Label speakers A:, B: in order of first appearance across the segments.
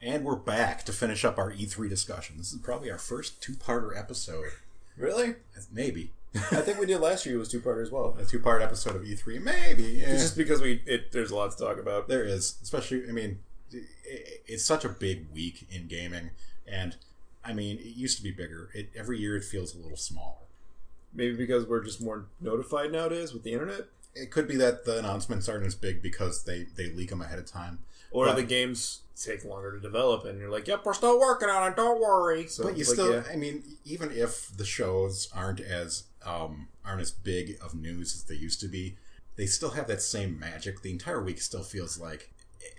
A: And we're back to finish up our E3 discussion. This is probably our first two parter episode.
B: Really?
A: Maybe.
B: I think we did last year was two part as well.
A: a two part episode of E3. Maybe. yeah.
B: It's just because we it, there's a lot to talk about.
A: There is, especially. I mean, it, it's such a big week in gaming, and I mean, it used to be bigger. It, every year, it feels a little smaller.
B: Maybe because we're just more notified nowadays with the internet,
A: It could be that the announcements aren't as big because they they leak them ahead of time.
B: or
A: But-
B: the games take longer to develop, and you're like, "Yep, we're still working on it. Don't worry." So,
A: But you
B: like,
A: still,
B: yeah.
A: I mean, even if the shows aren't as um, aren't as big of news as they used to be, they still have that same magic. The entire week still feels like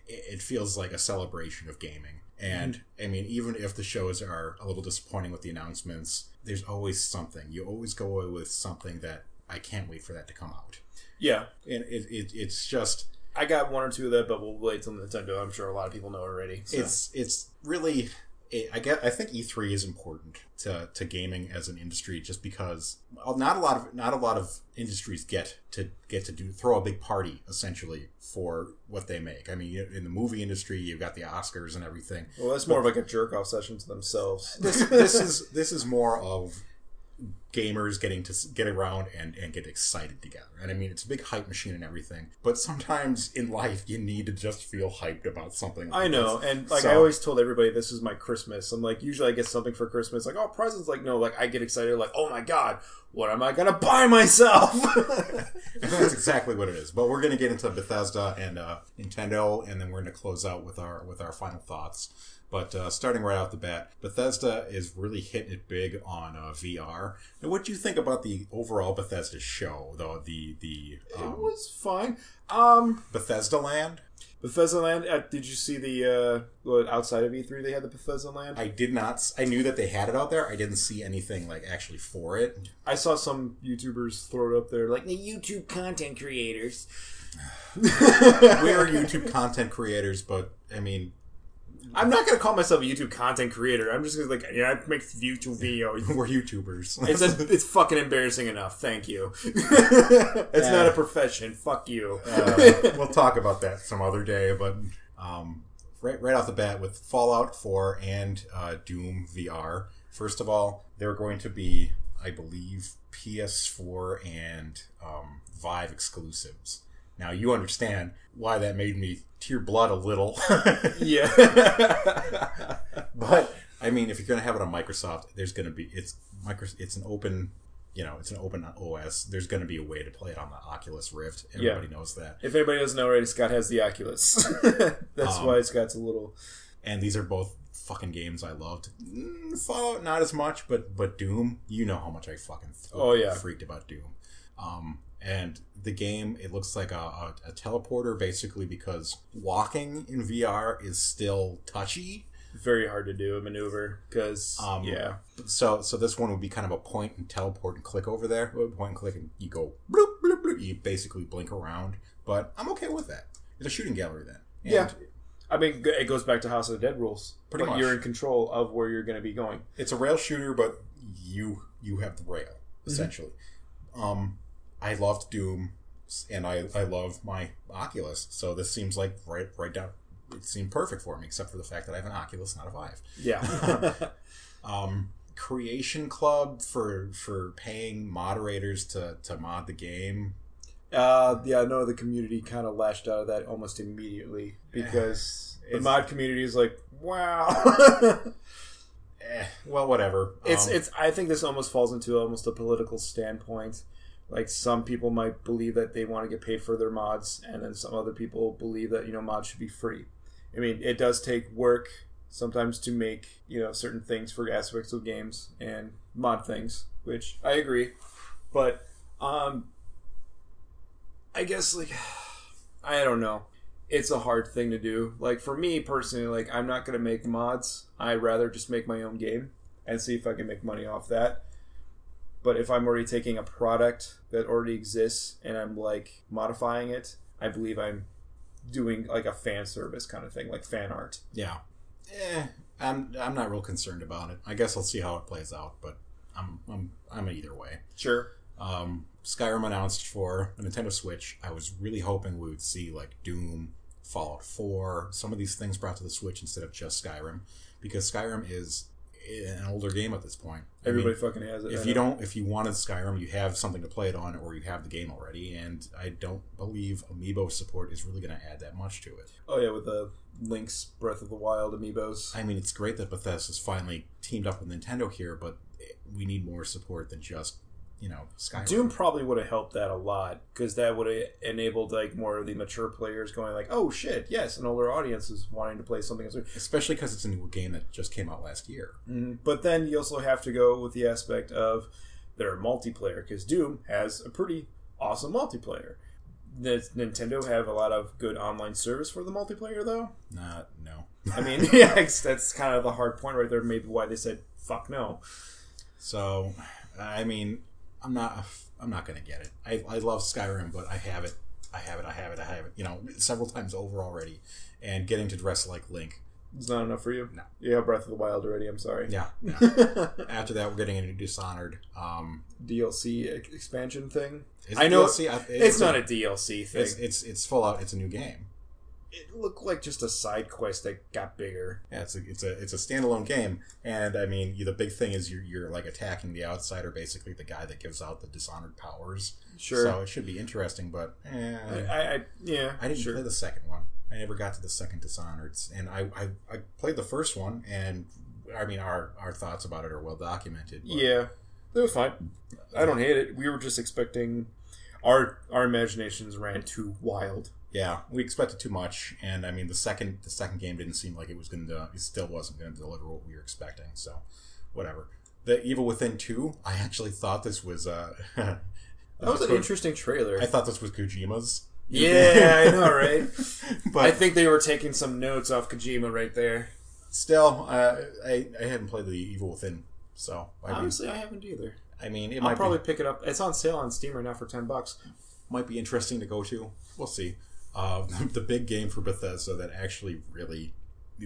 A: it- it feels like a celebration of gaming. And
B: Mm-hmm.
A: I mean, even if the shows are a little disappointing with the announcements, there's always something. You always go away with something that I can't wait for that to come out.
B: yeah,
A: And it, it it's just
B: I got one or two of that, but we'll wait till Nintendo. I'm sure a lot of people know already. So.
A: it's it's really I get I think E3 is important to, to gaming as an industry just because well, not a lot of not a lot of industries get to get to do throw a big party essentially for what they make. I mean, you- in the movie industry, you've got the Oscars and everything.
B: well, that's more of like a jerk off session to themselves.
A: This this is this is more of gamers getting to s- get around and and get excited together. And I mean, it's a big hype machine and everything, but sometimes in life you need to just feel hyped about something.
B: I
A: like
B: know,
A: this.
B: and like
A: So-
B: I always told everybody, this is my Christmas. I'm like, usually I get something for Christmas, like oh presents, like no, like I get excited, like oh my god, what am I gonna buy myself?
A: And that's exactly what it is. But we're going to get into Bethesda and uh, Nintendo, and then we're going to close out with our with our final thoughts. But uh, starting right off the bat, Bethesda is really hitting it big on uh, VR. Now, what do you think about the overall Bethesda show, though? The the
B: it
A: um,
B: was fine. Um,
A: Bethesda Land.
B: Bethesda Land. Uh, did you see the uh, what outside of E3 they had the Bethesda Land?
A: I did not. s- I knew that they had it out there. I didn't see anything like actually for it.
B: I saw some YouTubers throw it up there, like the YouTube content creators.
A: We are YouTube content creators, but I mean,
B: I'm not gonna call myself a YouTube content creator. I'm just gonna like yeah, I make YouTube videos.
A: we're YouTubers.
B: It's a, it's fucking embarrassing enough. Thank you. it's not a profession. Fuck you.
A: Uh, we'll talk about that some other day, but um, right right off the bat with Fallout 4 and uh, Doom VR. First of all, they're going to be, I believe, PS4 and um, Vive exclusives. Now you understand why that made me tear blood a little,
B: yeah.
A: but I mean, if you're going to have it on Microsoft, there's going to be it's Microsoft. It's an open. You know, it's an open OS. There's going to be a way to play it on the Oculus Rift.
B: Yeah.
A: Everybody knows that.
B: if anybody doesn't know already, Scott has the Oculus. That's
A: Um,
B: why Scott's a little.
A: and these are both fucking games I loved. Mm, Fallout not as much, but but Doom, you know how much I fucking th-
B: Oh, yeah.
A: freaked about Doom. Um, and the game, it looks like a, a, a teleporter basically because walking in VR is still touchy.
B: Very hard to do a maneuver because
A: Um,
B: yeah,
A: So so this one would be kind of a point and teleport and click over there. Point and click and you go bloop bloop bloop. You basically blink around. But I'm okay with that. It's a shooting gallery then. And
B: Yeah. I mean it goes back to House of the Dead rules.
A: Pretty
B: Like,
A: much.
B: you're in control of where you're going to be going.
A: it's a rail shooter, but you you have the rail
B: Mm-hmm.
A: essentially. Um, I loved Doom, s- and I I love my Oculus, so this seems like right right down. It seemed perfect for me, except for the fact that I have an Oculus, not a Vive.
B: Yeah,
A: Um, Creation Club for for paying moderators to to mod the game.
B: uh, yeah. I know the community kind of lashed out of that almost immediately because Eh, the
A: It's-
B: mod community is like, wow.
A: Eh, well, whatever.
B: it's
A: Um,
B: it's i think this almost falls into almost a political standpoint like some people might believe that they want to get paid for their mods and then some other people believe that you know mods should be free i mean it does take work sometimes to make you know certain things for aspects of games and mod things which i agree but um i guess like i don't know it's a hard thing to do like for me personally like i'm not gonna make mods i rather just make my own game and see if I can make money off that. But if I'm already taking a product that already exists and I'm like modifying it, I believe I'm doing like a fan service kind of thing, like fan art.
A: yeah. Eh, I'm I'm not real concerned about it. I guess I'll see how it plays out, but I'm I'm I'm either way.
B: Sure.
A: Um, Skyrim announced for the Nintendo Switch. I was really hoping we would see like Doom, Fallout 4, some of these things brought to the Switch instead of just Skyrim, because Skyrim is an older game at this point. I mean,
B: Everybody fucking has it. I
A: if you
B: know.
A: don't if you wanted skyrim you have something to play it on or you have the game already and i don't believe amiibo support is really going to add that much to it
B: Oh yeah, with the Link's Breath of the Wild amiibos.
A: i mean it's great that bethesda's finally teamed up with nintendo here but we need more support than just you know skyrim
B: Doom probably would have helped that a lot because that would have enabled like more of the mature players going like, "Oh shit, yes," an older audience is wanting to play something. Else.
A: especially because it's a new game that just came out last year
B: Mm, But then you also have to go with the aspect of their multiplayer because Doom has a pretty awesome multiplayer. Does Nintendo have a lot of good online service for the multiplayer though?
A: not no
B: I mean, yeah, it's- that's kind of the hard point right there. Maybe why they said fuck no.
A: so i mean i'm not i'm not going to get it I, I love skyrim but i have it i have it i have it i have it you know several times over already and getting to dress like link
B: It's not enough for you.
A: No.
B: You have Breath of the Wild already. I'm sorry.
A: yeah, yeah. After that, we're getting into Dishonored. Um,
B: DLC ex- expansion thing.
A: is
B: I
A: it
B: know-
A: DLC? I-
B: It's, not a DLC thing.
A: It's, it's it's Fallout. It's a new game.
B: it looked like just a side quest that got bigger.
A: Yeah, it's a, it's a it's a standalone game, and I mean you, the big thing is you're you're like attacking the outsider, basically the guy that gives out the Dishonored powers. So it should be interesting, but eh,
B: I, I, I- yeah.
A: I didn't
B: sure.
A: play the second one. I never got to the second Dishonoreds, and I, I I played the first one, and I mean our our thoughts about it are well documented. but-
B: Yeah, it was fine. I don't hate it. We were just expecting our our imaginations ran too wild.
A: Yeah, we expected too much, and I mean the second the second game didn't seem like it was going to. It still wasn't going to deliver what we were expecting. So, whatever. The Evil Within two, I actually thought this was. Uh, that
B: That was an interesting trailer.
A: I thought this was Kojima's. new
B: yeah, I
A: game.
B: know, right?
A: but
B: I think they were taking some notes off Kojima right there.
A: still, uh, I I haven't played the Evil Within, so I mean,
B: Honestly, I haven't either.
A: I mean it
B: I'll
A: might
B: probably
A: be,
B: pick it up. It's on sale on Steam right now for ten bucks.
A: might be interesting to go to. We'll see. Uh, the big game for Bethesda that actually really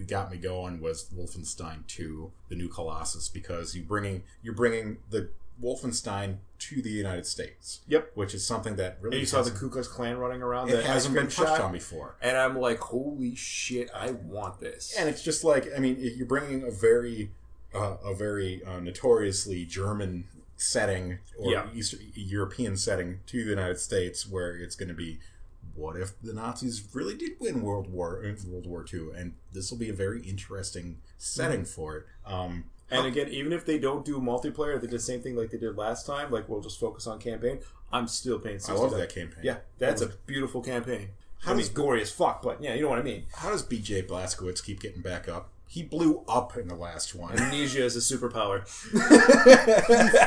A: got me going was Wolfenstein 2: The New Colossus because you bringing you're bringing the Wolfenstein to the United States.
B: Yep.
A: which is something that
B: And
A: really
B: you saw the
A: hasn't-
B: Ku Klux Klan running around.
A: it hasn't been touched
B: shot.
A: on before.
B: And I'm like, holy shit! I want this.
A: And it's just like I mean, you're bringing a very uh, a very uh, notoriously German setting or
B: Yeah.
A: East, European setting to the United States, where it's going to be what if the Nazis really did win World War in World War Two, and this will be a very interesting
B: Mm-hmm.
A: setting for it. Um,
B: And again, even if they don't do multiplayer, they did the same thing like they did last time. Like we'll just focus on campaign. I'm still paying.
A: I
B: 60
A: love that campaign.
B: Yeah, that's a beautiful campaign. How it's gory as fuck, but yeah, you know what I mean.
A: How does BJ Blazkowicz keep getting back up? He blew up in the last one.
B: Amnesia is a superpower.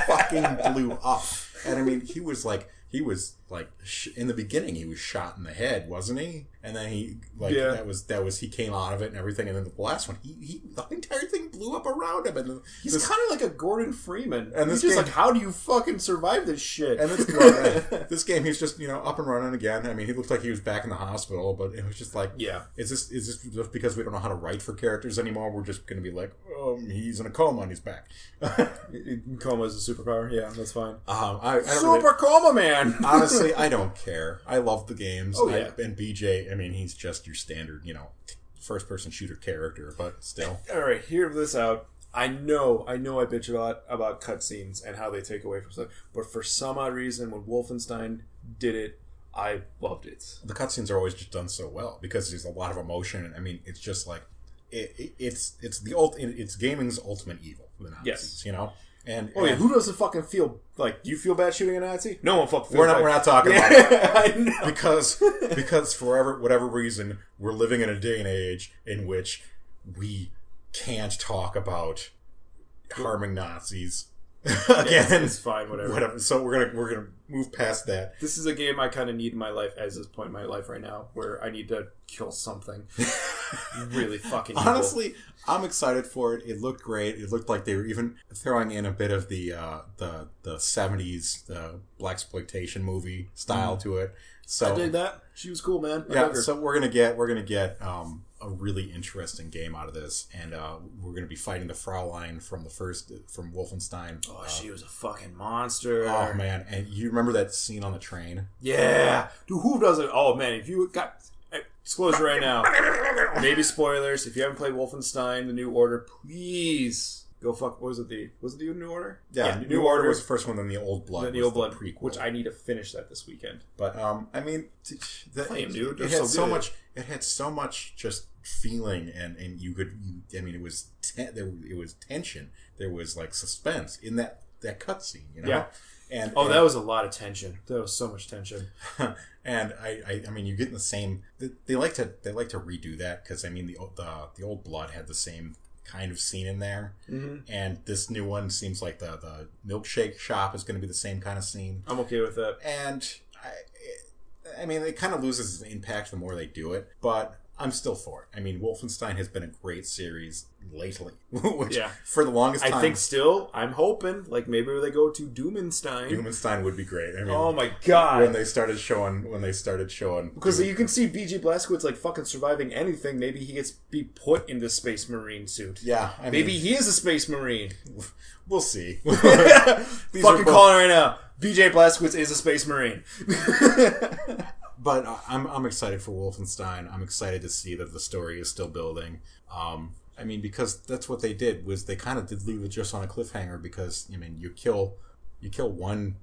A: fucking blew up. And I mean, he was like, he was like, sh- in the beginning, he was shot in the head, wasn't he? And then he, like,
B: Yeah.
A: that was, that was, he came out of it and everything. And then the last one, he, he the entire thing blew up around him. And the,
B: He's
A: this-
B: kind of like a Gordon Freeman.
A: And this
B: He's just
A: game-
B: like, how do you fucking survive this shit?
A: and this, well, uh, this game, he's just, you know, up and running again. I mean, he looked like he was back in the hospital, but it was just like,
B: yeah,
A: Is this is this just because we don't know how to write for characters anymore? We're just going to be like, um, he's in a coma and he's back. um,
B: coma is a superpower. Yeah, that's fine.
A: I, I don't really-
B: Super coma man.
A: honestly, I don't care. I love the games.
B: Oh, yeah.
A: I, and BJ, I mean, he's just your standard, you know, first person shooter character, but still.
B: All right, hear this out. I know, I know, I bitch a lot about cutscenes and how they take away from stuff, but for some odd reason, when Wolfenstein did it, I loved it.
A: The cutscenes are always just done so well because there's a lot of emotion. And I mean, it's just like, it, it, it's it's the ult, it, it's gaming's ultimate evil, the Nazis,
B: Yes.
A: you know? And,
B: Oh yeah,
A: and
B: who doesn't fucking feel like you feel bad shooting a Nazi? No one fucking.
A: we're, not, we're not talking about it.
B: I know.
A: Because, because forever, whatever reason, we're living in a day and age in which we can't talk about harming Nazis again.
B: it's fine, whatever.
A: whatever. So we're gonna we're gonna move past that.
B: This is a game I kind of need in my life as this point in my life right now, where I need to kill something. really fucking evil.
A: Honestly, I'm excited for it. It looked great. It looked like they were even throwing in a bit of the uh, the the '70s uh, black exploitation movie style to it. So
B: Mm. I dig that. She was cool, man. I
A: yeah,
B: dug her.
A: so we're gonna get we're gonna get um, a really interesting game out of this, and uh, we're gonna be fighting the Fraulein from the first from Wolfenstein.
B: oh,
A: Uh,
B: she was a fucking monster.
A: oh man! And you remember that scene on the train?
B: Yeah, dude, who doesn't? Oh man, if you got eh, disclosure right now, maybe spoilers. If you haven't played Wolfenstein: The New Order, please go fuck. What was it the was it the New Order?
A: Yeah, New, Order, was the first one, then the Old Blood,
B: the New
A: was
B: Blood
A: the prequel,
B: which I need to finish that this weekend.
A: But um, I mean, t- that,
B: Flame,
A: it,
B: dude,
A: it
B: they're
A: had
B: so
A: so
B: good.
A: much. It had so much just feeling, and and you could. You, I mean, it was te- there. It was tension. There was like suspense in that that cutscene. You know.
B: Yeah.
A: And
B: Oh, that was a lot of tension. That was so much tension.
A: and, and I, I I mean, you're getting the same. They, they like to they like to redo that because I mean the o- the the old blood had the same kind of scene in there,
B: Mm-hmm.
A: and this new one seems like the the milkshake shop is going to be the same kind of scene.
B: I'm okay with that.
A: and I, I mean, it kind of loses its impact the more they do it, but I'm still for it. I mean, Wolfenstein has been a great series lately, which
B: Yeah.
A: for the longest time,
B: I think still, I'm hoping like maybe they go to Doomenstein.
A: Wolfenstein would be great. I mean,
B: Oh my
A: when
B: god.
A: they started showing, when they started showing,
B: Because you can see BG Blazkowicz like fucking surviving anything. Maybe he gets be put in the space marine suit.
A: yeah, I
B: Maybe
A: mean,
B: he is a space marine.
A: we'll see. These are
B: Fucking
A: both-
B: calling right now. BJ Blazkowicz is a space marine.
A: but I- I'm I'm excited for Wolfenstein. I'm excited to see that the story is still building. Um, I mean, because that's what they did was they kind of did leave it just on a cliffhanger because I mean you kill you kill one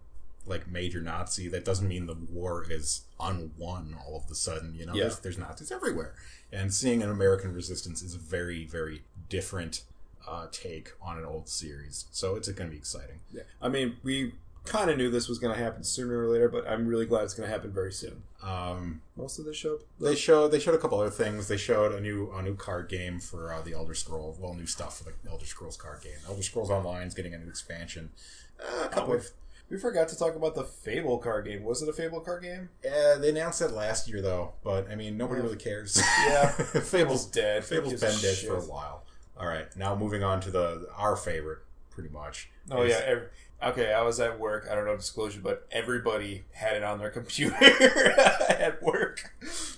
A: like major Nazi that doesn't mean the war is unwon all of a sudden. You know,
B: Yeah.
A: there's, there's Nazis everywhere, and seeing an American resistance is a very very different uh, take on an old series. So it's going to be exciting.
B: I mean, we kind of knew this was going to happen sooner or later, but I'm really glad it's going to happen very soon.
A: Um,
B: Most of the show.
A: They showed they showed a couple other things. They showed a new a new card game for uh, the Elder Scroll. Well, new stuff for the Elder Scrolls card game. Elder Scrolls Online is getting a new expansion. Uh, a couple of,
B: We forgot to talk about the Fable card game. Was it a Fable card game?
A: uh, they announced that last year though, but I mean nobody
B: Yeah.
A: really cares.
B: Yeah.
A: Fable's
B: dead.
A: Fable's
B: Gives
A: been
B: a
A: dead
B: shit.
A: for a while. All right, now moving on to the our favorite, pretty much.
B: Oh
A: is-
B: yeah. ev- okay, I was at work. I don't know disclosure, but everybody had it on their computer at work.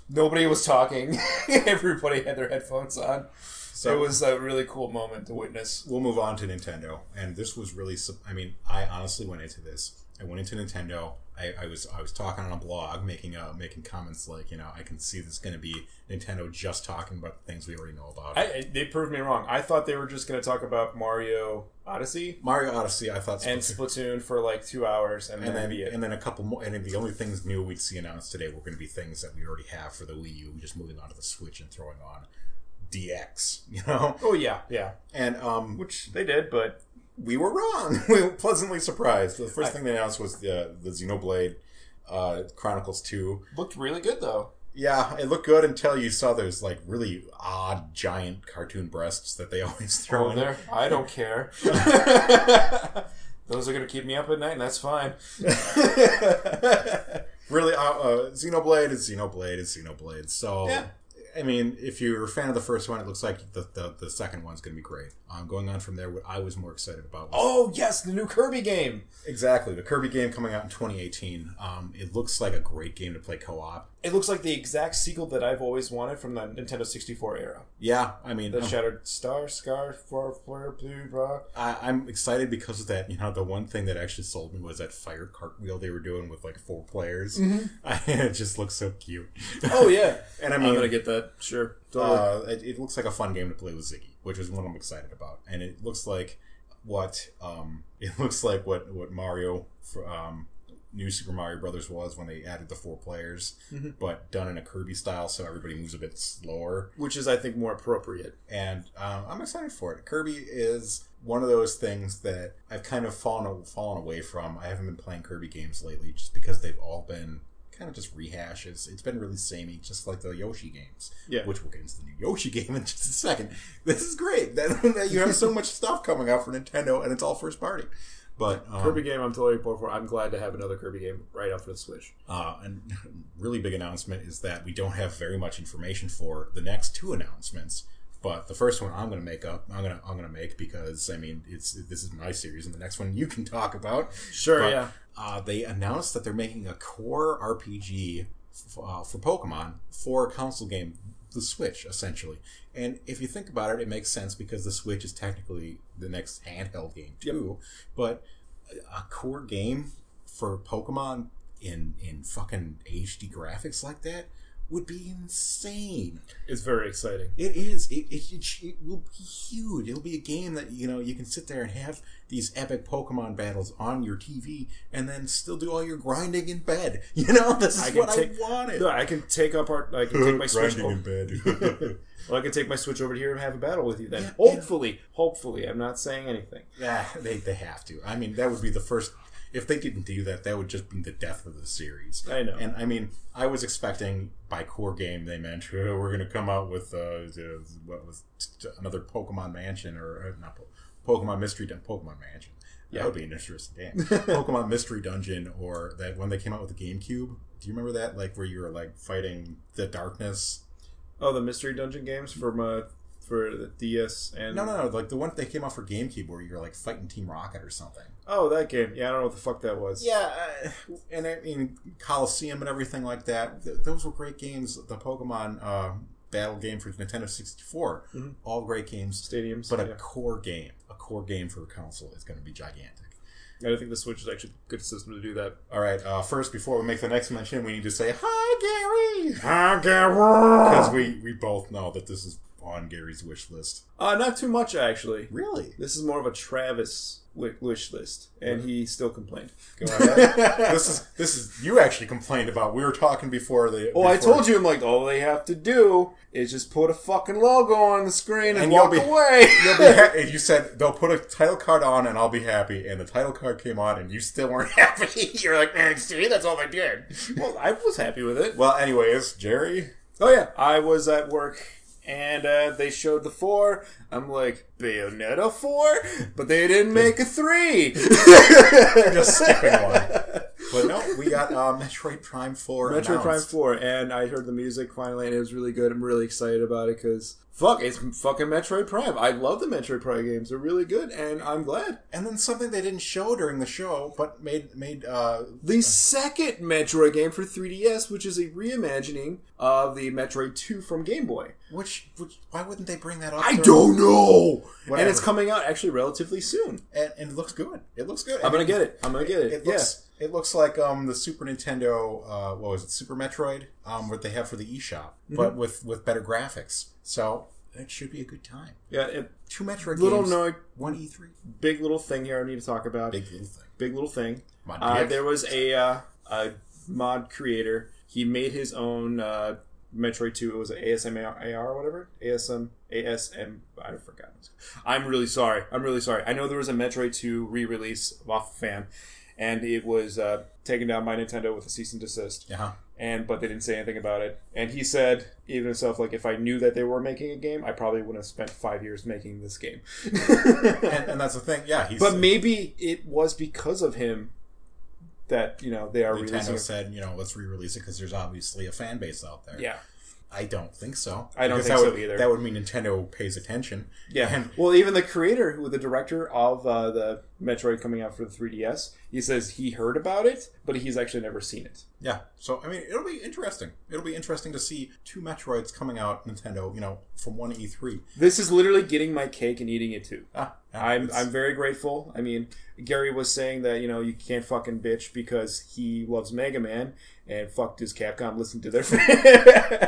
B: Nobody was talking. everybody had their headphones on.
A: So
B: it was a really cool moment to witness.
A: we'll move on to Nintendo. And this was really, sup- I mean, I honestly went into this. I went into Nintendo. I, I was I was talking on a blog, making uh, making comments like, you know, I can see this is going to be Nintendo just talking about the things we already know about.
B: I, I- they proved me wrong. I thought they were just going to talk about Mario Odyssey
A: Mario Odyssey, I thought,
B: and Splatoon for like two hours, and,
A: and
B: then
A: then
B: be it.
A: and then a couple more. And then the only things new we'd see announced today were going to be things that we already have for the Wii U, just moving on to the Switch and throwing on DX, you know.
B: oh yeah, yeah,
A: And um,
B: which they did, but
A: we were wrong. we were pleasantly surprised. The first thing they announced was the the Xenoblade uh, Chronicles Two.
B: looked really good though.
A: Yeah, it looked good until you saw those like really odd giant cartoon breasts that they always throw
B: Oh,
A: in.
B: there. I don't care. Those are going to keep me up at night, and that's fine.
A: really, uh, uh, Xenoblade is Xenoblade is Xenoblade. So,
B: Yeah.
A: I mean, if you're a fan of the first one, it looks like the the, the second one's going to be great. Um, going on from there, what I was more excited about was
B: Oh yes, the new Kirby game.
A: exactly the Kirby game coming out in 2018. Um, it looks like a great game to play co-op.
B: It looks like the exact sequel that I've always wanted from the Nintendo 64 era.
A: Yeah, I mean,
B: The
A: I'm-
B: Shattered Star, Scar, Far, Flare, Blue, Bra.
A: I, I'm excited because of that. You know, the one thing that actually sold me was that fire cartwheel they were doing with like four players. I, it just looks so cute.
B: Oh yeah,
A: And I mean,
B: get that. Sure,
A: uh, it, it looks like a fun game to play with Ziggy, which is what I'm excited about. And it looks like what um, it looks like what what Mario for, um, New Super Mario Brothers was when they added the four players,
B: Mhm.
A: but done in a Kirby style, so everybody moves a bit slower
B: which is I think more appropriate.
A: and um, I'm excited for it. Kirby is one of those things that I've kind of fallen fallen away from. I haven't been playing Kirby games lately just because they've all been kind of just rehashes. It's been really samey, just like the Yoshi games.
B: Yeah.
A: Which we'll get into the new Yoshi game in just a second. This is great that, that you have so much stuff coming out for Nintendo, and it's all first party. But um,
B: Kirby game, I'm totally bored for. I'm glad to have another Kirby game right after the Switch.
A: Uh, and really big announcement is that we don't have very much information for the next two announcements. But the first one I'm going to make up. I'm going to I'm going to make because I mean it's this is my series, and the next one you can talk about.
B: Sure,
A: But-
B: yeah.
A: Uh, they announced that they're making a core RPG f- uh, for Pokemon for a console game, the Switch, essentially. And if you think about it, it makes sense because the Switch is technically the next handheld game too. But a- a core game for Pokemon in in fucking HD graphics like that would be insane.
B: It's very exciting.
A: It is. It, it, it, sh- it will be huge. It'll be a game that you know you can sit there and have these epic Pokemon battles on your TV, and then still do all your grinding in bed. You know, this is
B: I can
A: what
B: take-
A: I wanted.
B: No, I can take up our. I can take my Switch. over-
A: bed.
B: well, I can take my Switch over here and have a battle with you then.
A: Yeah, yeah.
B: hopefully, hopefully, I'm not saying anything.
A: yeah, they they have to. I mean, that would be the first. If they didn't do that, that would just be the death of the series.
B: I know.
A: And I mean, I was expecting by core game they meant "Oh, we're going to come out with uh, the- what was t- another Pokemon Mansion or uh, not po- Pokemon Mystery Dungeon, Pokemon Mansion. That
B: Yeah.
A: would be an interesting game. Pokemon Mystery Dungeon or that one they came out with the GameCube. Do you remember that? Like where you were like fighting the darkness.
B: Oh, the mystery dungeon games from uh for the DS and
A: No, no, no. Like the one they came out for GameCube where you were like fighting Team Rocket or something.
B: Oh, that game. Yeah, I don't know what the fuck that was.
A: Yeah, uh, and I mean Coliseum and everything like that. Th- those were great games. The Pokemon uh, battle game for Nintendo sixty
B: Mhm.
A: all great games.
B: Stadiums.
A: But a
B: yeah.
A: core game, a core game for a console is going to be gigantic.
B: I don't think the Switch is actually a good system to do that.
A: All right. Uh, first, before we make the next mention, we need to say hi, Gary,
B: Ah,
A: because we we both know that this is on Gary's wish list.
B: Uh, not too much actually.
A: Really?
B: This is more of a Travis wi- wish list, and he still complained.
A: Go ahead. Uh, this is this is you actually complained about. We were talking before the.
B: Oh, I
A: before-
B: told you. I'm like, all they have to do is just put a fucking logo on the screen and,
A: And you'll
B: walk
A: be-
B: away.
A: You'll be ha- and you said they'll put a title card on and I'll be happy. And the title card came on and you still weren't happy. You're like, man, see, that's all they did.
B: well, I was happy with it.
A: Well, anyways, Jerry.
B: Oh yeah, I was at work and uh, they showed the four. I'm like Bayonetta four, but they didn't make a three.
A: You're just skipping one. But no, we got uh, Metroid Prime 4.
B: Metroid Prime
A: announced.
B: four, and I heard the music finally, and it was really good. I'm really excited about it because fuck, it's fucking Metroid Prime. I love the Metroid Prime games; they're really good, and I'm glad.
A: And then something they didn't show during the show, but made made uh,
B: The second Metroid game for 3DS, which is a reimagining of the Metroid 2 from Game Boy.
A: which, which why wouldn't they bring that up?
B: I
A: during-
B: don't know, and
A: Whatever.
B: it's coming out actually relatively soon.
A: And, and it looks good. It looks good.
B: I'm gonna get it. I'm gonna get it.
A: It looks it looks like um the Super Nintendo uh what was it Super Metroid um what they have for the eShop
B: Mm-hmm.
A: but with with better graphics. So it should be a good time.
B: yeah, yeah. It,
A: Two Metroid
B: little
A: games,
B: no,
A: one E3,
B: big little thing here I need to talk about.
A: big little thing.
B: big little thing.
A: My
B: Uh,
A: dick.
B: there was a, uh, a mod creator. He made his own uh, Metroid 2. It was an ASMAR or whatever. ASM. ASM. I forgot. I'm really sorry. I'm really sorry. I know there was a Metroid 2 re release off fan, and it was uh, taken down by Nintendo with a cease and desist.
A: Uh-huh.
B: And but they didn't say anything about it. And he said, even himself, like if I knew that they were making a game, I probably wouldn't have spent five years making this game.
A: And, and that's the thing. Yeah, he's
B: But maybe it was because of him that you know they are releasing.
A: Nintendo
B: it.
A: said, you know, let's re-release it because there's obviously a fan base out there.
B: Yeah,
A: I don't think so.
B: I don't
A: Because
B: think
A: that
B: so
A: would,
B: either.
A: That would mean Nintendo pays attention.
B: yeah.
A: And-
B: well, even the creator, who the director of uh, the Metroid coming out for the 3DS, he says he heard about it, but he's actually never seen it.
A: Yeah. So I mean, it'll be interesting. It'll be interesting to see two Metroids coming out Nintendo. You know, from one E3.
B: This is literally getting my cake and eating it too.
A: Ah, yeah,
B: I'm
A: it's-
B: I'm very grateful. I mean, Gary was saying that you know you can't fucking bitch because he loves Mega Man and fucked his Capcom. Listen to their.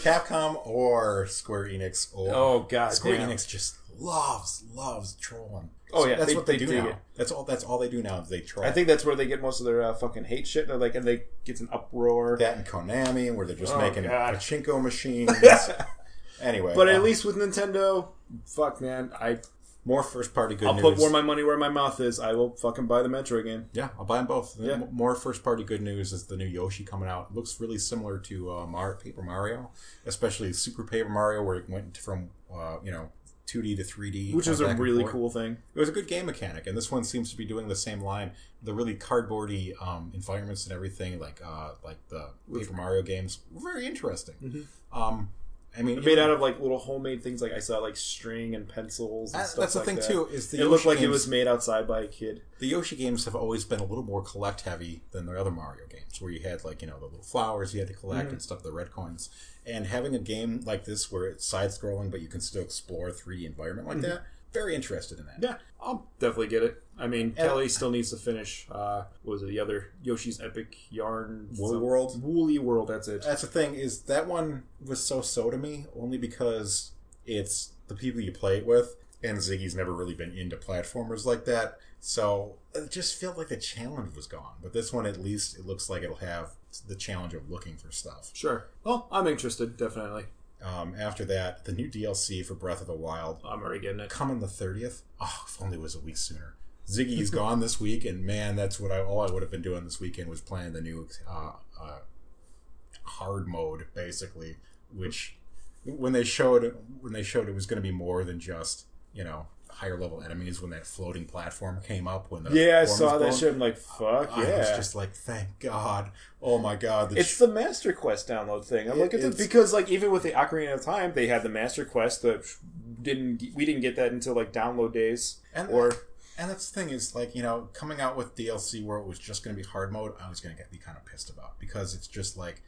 A: Capcom or Square Enix or
B: oh God,
A: Square
B: damn.
A: Enix just loves loves trolling.
B: Oh,
A: So
B: yeah,
A: that's
B: they-
A: what they,
B: they
A: do
B: dig
A: now.
B: it.
A: That's all. That's all they do now is they troll.
B: I think that's where they get most of their uh, fucking hate shit. They're like, and they gets an uproar.
A: that and Konami, where they're just
B: Oh,
A: making
B: God.
A: pachinko machines. anyway,
B: But
A: uh,
B: at least with Nintendo, fuck man, I
A: more first party good
B: I'll
A: news.
B: put more my money where my mouth is. I will fucking buy the Metro again.
A: yeah, I'll buy them both.
B: Yeah.
A: M- More first party good news is the new Yoshi coming out. It looks really similar to uh, Mar- Paper Mario, especially Super Paper Mario, where it went from uh, you know 2D to 3D,
B: which
A: kind
B: is
A: of
B: a
A: back and
B: really
A: forth.
B: cool thing.
A: It was a good game mechanic, and this one seems to be doing the same line. The really cardboardy um, environments and everything, like uh, like the Paper Mario games, were very interesting.
B: Mhm.
A: Um, I mean,
B: Made out of like little homemade things, like I saw like string and pencils. And
A: that,
B: stuff
A: that's the
B: like
A: thing
B: that.
A: too. Is the
B: it looked
A: Yoshi
B: like
A: games,
B: it was made outside by a kid.
A: the Yoshi games have always been a little more collect heavy than the other Mario games, where you had like you know the little flowers you had to
B: Mm-hmm.
A: collect and stuff, the red coins. And having a game like this where it's side scrolling, but you can still explore a 3D environment like that, very interested in that.
B: Mm-hmm. Yeah.
A: Um,
B: Definitely get it. I mean, Kelly still needs to finish. Uh, what was it? The other Yoshi's Epic Yarn
A: Woolly
B: some-
A: World? Eh.
B: Woolly World. That's it.
A: that's the thing is that one was so so to me only because it's the people you play it with, and Ziggy's never really been into platformers like that, so it just felt like the challenge was gone. But this one, at least, it looks like it'll have the challenge of looking for stuff.
B: Sure. Well, I'm interested. Definitely.
A: Um, after that, the new DLC for Breath of the Wild
B: I'm already getting it.
A: coming the thirtieth. Oh, if only it was a week sooner. Ziggy's gone this week, and man, that's what I all I would have been doing this weekend was playing the new uh, uh, hard mode, basically. Which when they showed when they showed it was going to be more than just you know higher level enemies. When that floating platform came up, when the
B: Yeah, I
A: form was
B: saw that
A: blown,
B: shit. I'm like, fuck
A: I was
B: yeah.
A: just like, thank God! Oh my God! The
B: It's the Master Quest download thing. I'm
A: It-
B: looking at the,
A: it's-
B: because like even with the Ocarina of Time, they had the Master Quest that didn't we didn't get that until like download days
A: And-
B: or
A: And that's the thing is like you know coming out with DLC where it was just going to be hard mode, I was going to get be kind of pissed about because it's just like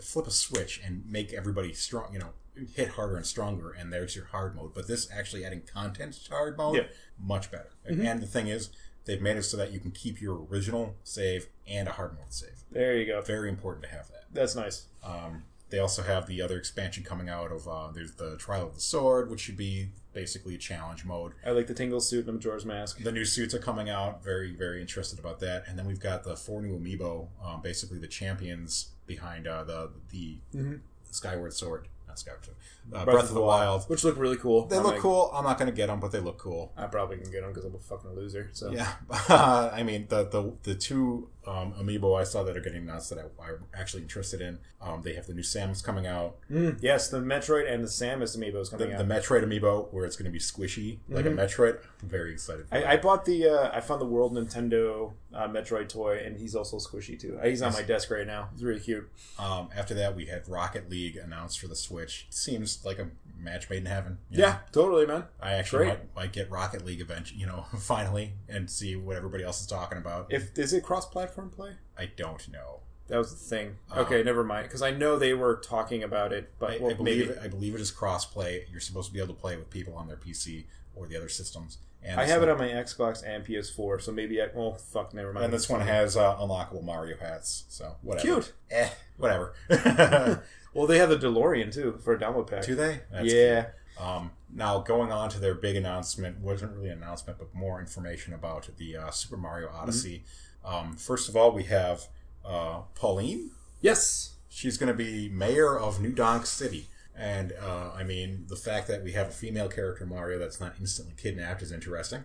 A: flip a switch and make everybody strong, you know, hit harder and stronger, and there's your hard mode. But this actually adding content to hard mode,
B: Yeah.
A: much better. And the thing is, they've made it so that you can keep your original save and a hard mode save.
B: there you go.
A: Very important to have that.
B: That's nice.
A: Um, they also have the other expansion coming out of uh, there's the Trial of the Sword, which should be basically a challenge mode.
B: I like the Tingle suit and the Majora's Mask.
A: The new suits are coming out. Very, very interested about that. And then we've got the four new amiibo, um, basically the champions behind uh, the the
B: Mhm.
A: Skyward Sword, not Skyward Sword, uh, Breath, of the, Wild.
B: which look really cool.
A: They
B: I'm
A: look
B: like,
A: cool. I'm not going to get them, but they look cool.
B: I probably can get them because I'm a fucking loser. So
A: Yeah, I mean the the the two um, amiibo I saw that are getting announced that I, I'm actually interested in. Um, they have the new Samus coming out,
B: Mm, yes, the Metroid and the Samus amiibo is
A: the,
B: coming out.
A: the Metroid amiibo where it's going to be squishy like a Metroid. I'm very excited. For that.
B: I, I bought the uh, I found the World Nintendo uh, Metroid toy, and he's also squishy too. Uh, He's on my desk right now. He's really cute.
A: Um, after that, we had Rocket League announced for the Switch. seems like a match made in heaven. you know?
B: totally, man.
A: I actually
B: Great.
A: might, might get Rocket League eventually, you know, finally, and see what everybody else is talking about.
B: If is it cross-platform play?
A: I don't know,
B: That was the thing. okay, never mind. Because I know they were talking about it, but
A: Oh. I,
B: well,
A: I believe
B: maybe
A: I believe it is cross-play. You're supposed to be able to play with people on their PC or the other systems. And
B: I
A: this
B: have it
A: one-
B: on my Xbox and PS4. So maybe I. Oh fuck, never mind.
A: And this one has uh, unlockable Mario hats, so whatever.
B: Cute.
A: Eh, whatever.
B: Well, they have the DeLorean too for a download pack.
A: Do they? That's
B: yeah.
A: cute. Um, now, going on to their big announcement, wasn't really an announcement, but more information about the uh, Super Mario Odyssey. Um, first of all, we have uh, Pauline.
B: Yes.
A: She's going to be mayor of New Donk City. And uh, I mean, the fact that we have a female character Mario that's not instantly kidnapped is interesting.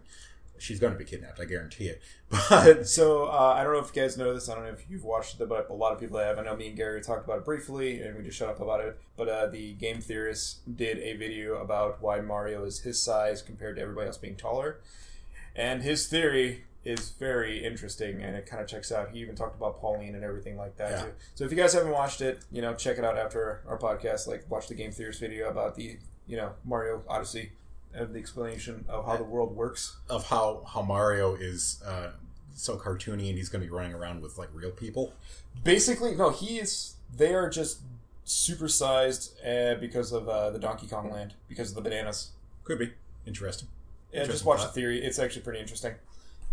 A: She's going to be kidnapped, I guarantee it. But
B: So uh, I don't know if you guys know this. I don't know if you've watched it, but a lot of people have. I know me and Gary talked about it briefly, and we just shut up about it. But uh, the game theorist did a video about why Mario is his size compared to everybody else being taller, and his theory is very interesting, and it kind of checks out. He even talked about Pauline and everything like that
A: Yeah.
B: too. So if you guys haven't watched it, you know, check it out after our podcast. Like watch the game theorist video about the you know Mario Odyssey and the explanation of how the world works.
A: of how, how Mario is uh, so cartoony and he's going to be running around with like real people.
B: basically no he is they are just supersized uh, because of uh, the donkey kong land because of the bananas
A: Could be. Interesting.
B: yeah, just
A: Interesting
B: watch the
A: thought.
B: theory it's actually pretty interesting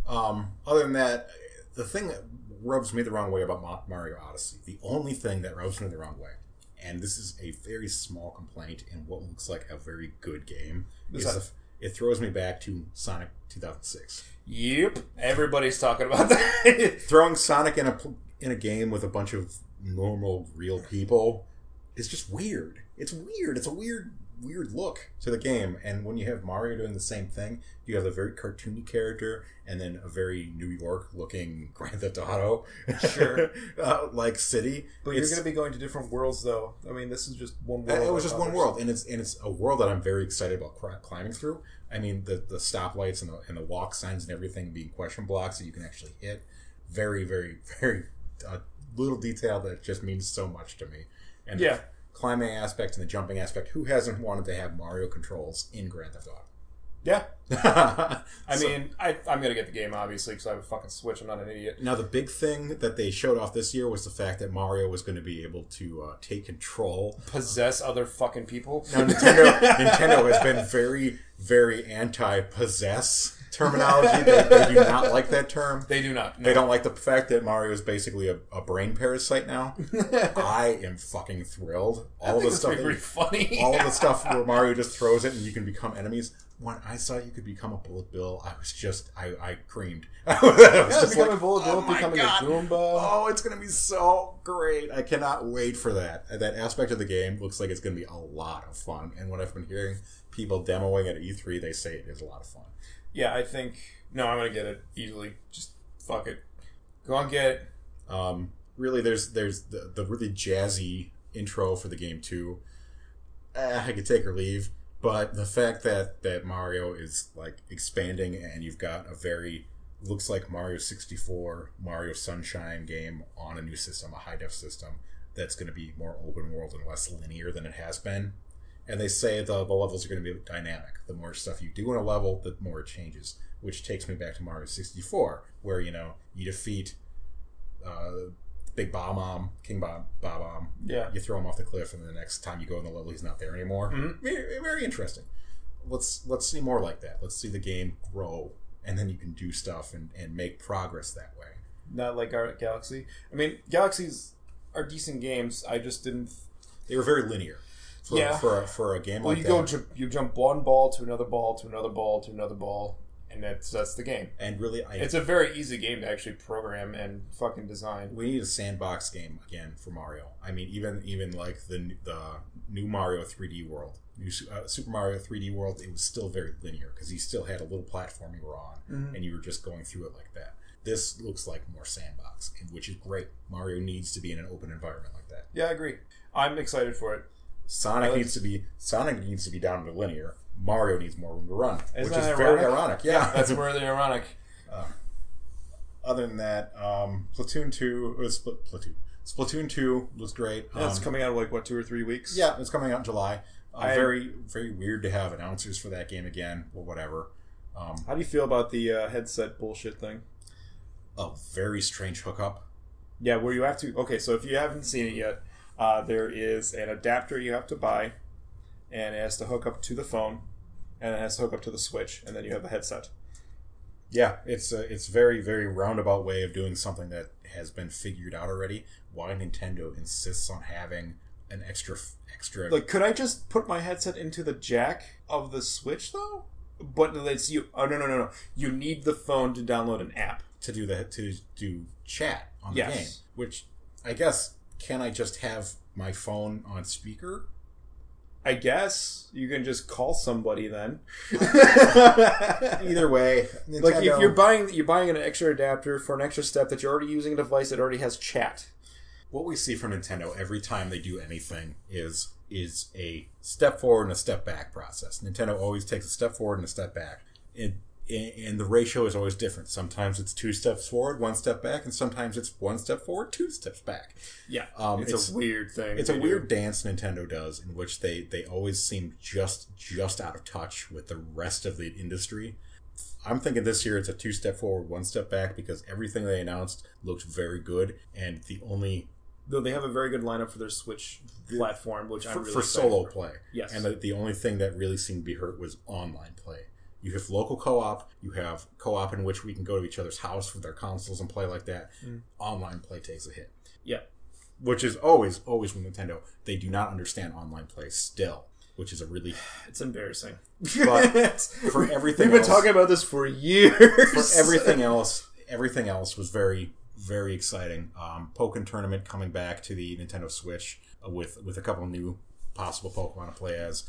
A: Um, other than that, the thing that rubs me the wrong way about Ma- Mario Odyssey, the only thing that rubs me the wrong way, and this is a very small complaint in what looks like a very good game,
B: Is
A: is
B: that-
A: the f- it throws me back to Sonic 2006.
B: yep everybody's talking about that
A: Throwing Sonic in a pl- in a game with a bunch of normal, real people is just weird. It's weird. It's a weird weird look to the game. And when you have Mario doing the same thing, you have a very cartoony character and then a very New York looking Grand Theft Auto,
B: Sure.
A: uh, like city.
B: But
A: It's-
B: you're going to be going to different worlds, though. I mean, this is just one world.
A: it was
B: like
A: just one
B: others.
A: world, and it's and it's a world that I'm very excited about cri- climbing through. I mean, the the stoplights and the and the walk signs and everything being question blocks that you can actually hit. Very, very, very uh, little detail that just means so much to me. And
B: Yeah.
A: the climbing aspect and the jumping aspect. Who hasn't wanted to have Mario controls in Grand Theft
B: Yeah.
A: Auto?
B: I
A: So-
B: mean, I, I'm going to get the game, obviously, because I have a fucking Switch. I'm not an idiot.
A: Now, the big thing that they showed off this year was the fact that Mario was going to be able to uh, take control
B: Possess other fucking people.
A: Now, Nintendo, Nintendo has been very, very anti-possess terminology. They, they do not like that term.
B: They do not.
A: They
B: No.
A: don't like the fact that Mario is basically a, a brain parasite now. I am fucking thrilled. All
B: I
A: the
B: think this would
A: stuff,
B: be
A: that
B: pretty
A: you-
B: funny.
A: all the stuff where Mario just throws it and you can become enemies. When I saw you could become a bullet bill, I was just, I, I creamed. I was
B: yeah,
A: just
B: becoming
A: like,
B: Bullet
A: "Oh
B: Bill,
A: my
B: becoming
A: God."
B: a Goomba.
A: Oh, it's gonna be so great! I cannot wait for that. That aspect of the game looks like it's gonna be a lot of fun. And what I've been hearing people demoing at E3, they say it is a lot of fun.
B: Yeah, I think no, I'm gonna get it easily. Just fuck it. Go on, get it.
A: Um, really, there's there's the, the really jazzy intro for the game too. Eh, I could take or leave, but the fact that that Mario is like expanding and you've got a very looks like Mario 64, Mario Sunshine game on a new system, a high def system that's going to be more open world and less linear than it has been. And they say the, the levels are going to be dynamic. The more stuff you do in a level, the more it changes, which takes me back to Mario 64, where you know you defeat uh, Big Bomb Mom, King Bob, Bob Bomb.
B: Yeah.
A: You throw him off the cliff, and the next time you go in the level, he's not there anymore.
B: Mhm.
A: Very, very interesting. Let's let's see more like that. Let's see the game grow, and then you can do stuff and, and make progress that way.
B: Not like our Galaxy. I mean, Galaxies are decent games. I just didn't.
A: They were very linear. For,
B: Yeah.
A: For a, for a game
B: Well,
A: like
B: you
A: that,
B: go ju- you jump one ball to another ball to another ball to another ball, and that's that's the game.
A: and really, I
B: It's a very easy game to actually program and fucking design.
A: we need a sandbox game again for Mario. I mean, even even like the the new Mario 3D World, new Su- uh, Super Mario 3D World, it was still very linear because you still had a little platform you were on,
B: Mm-hmm.
A: and you were just going through it like that. This looks like more sandbox, and which is great. Mario needs to be in an open environment like that.
B: Yeah, I agree. I'm excited for it.
A: Sonic
B: Really?
A: needs to be Sonic needs to be down to linear. Mario needs more room to run,
B: Isn't
A: which is
B: that
A: very
B: ironic?
A: ironic. Yeah,
B: That's where the ironic.
A: other than that, um, Platoon Two or Spl- Platoon Splatoon Two was great.
B: That's
A: Um,
B: coming out of like what two or three weeks.
A: Yeah, it's coming out in July. Uh,
B: I-
A: very, very weird to have announcers for that game again, or whatever. Um,
C: How do you feel about the uh, headset bullshit thing?
A: a very strange hookup.
C: Yeah, where you have to. Okay, so if you haven't seen it yet, uh, there is an adapter you have to buy, and it has to hook up to the phone, and it has to hook up to the Switch, and then you have the headset.
A: Yeah, it's a, it's very, very roundabout way of doing something that has been figured out already. Why Nintendo insists on having an extra, extra.
C: Like, could I just put my headset into the jack of the Switch though? But it's you. Oh no no no no! You need the phone to download an app.
A: to do the to do chat on the
C: Yes.
A: game. Which I guess can I just have my phone on speaker?
C: I guess you can just call somebody then.
A: Either way,
C: like if
A: Nintendo-
C: you're buying you're buying an extra adapter for an extra step that you're already using a device that already has chat.
A: what we see from Nintendo every time they do anything is is a step forward and a step back process. Nintendo always takes a step forward and a step back. It, and the ratio is always different. Sometimes it's two steps forward, one step back, and sometimes it's one step forward, two steps back.
C: Yeah,
A: Um,
C: it's,
A: it's-
C: a weird thing.
A: It's a
C: they do.
A: weird dance Nintendo does in which they they always seem just just out of touch with the rest of the industry. I'm thinking this year it's a two step forward, one step back because everything they announced looked very good, and the only
C: Though they have a very good lineup for their Switch platform, which
A: for,
C: I'm really
A: for
C: excited
A: solo
C: for.
A: play.
C: Yes.
A: And the, the only thing that really seemed to be hurt was online play. You have local co op, you have co op in which we can go to each other's house with our consoles and play like that.
C: Hmm.
A: Online play takes a hit.
C: Yeah.
A: Which is always, always with Nintendo. They do not understand online play still, which is a really.
C: It's embarrassing.
A: But for everything
C: we've been
A: else-
C: talking about this for years.
A: For everything else, everything else was very, very exciting. Um, Pokemon Tournament coming back to the Nintendo Switch uh, with with a couple new possible Pokemon to play as.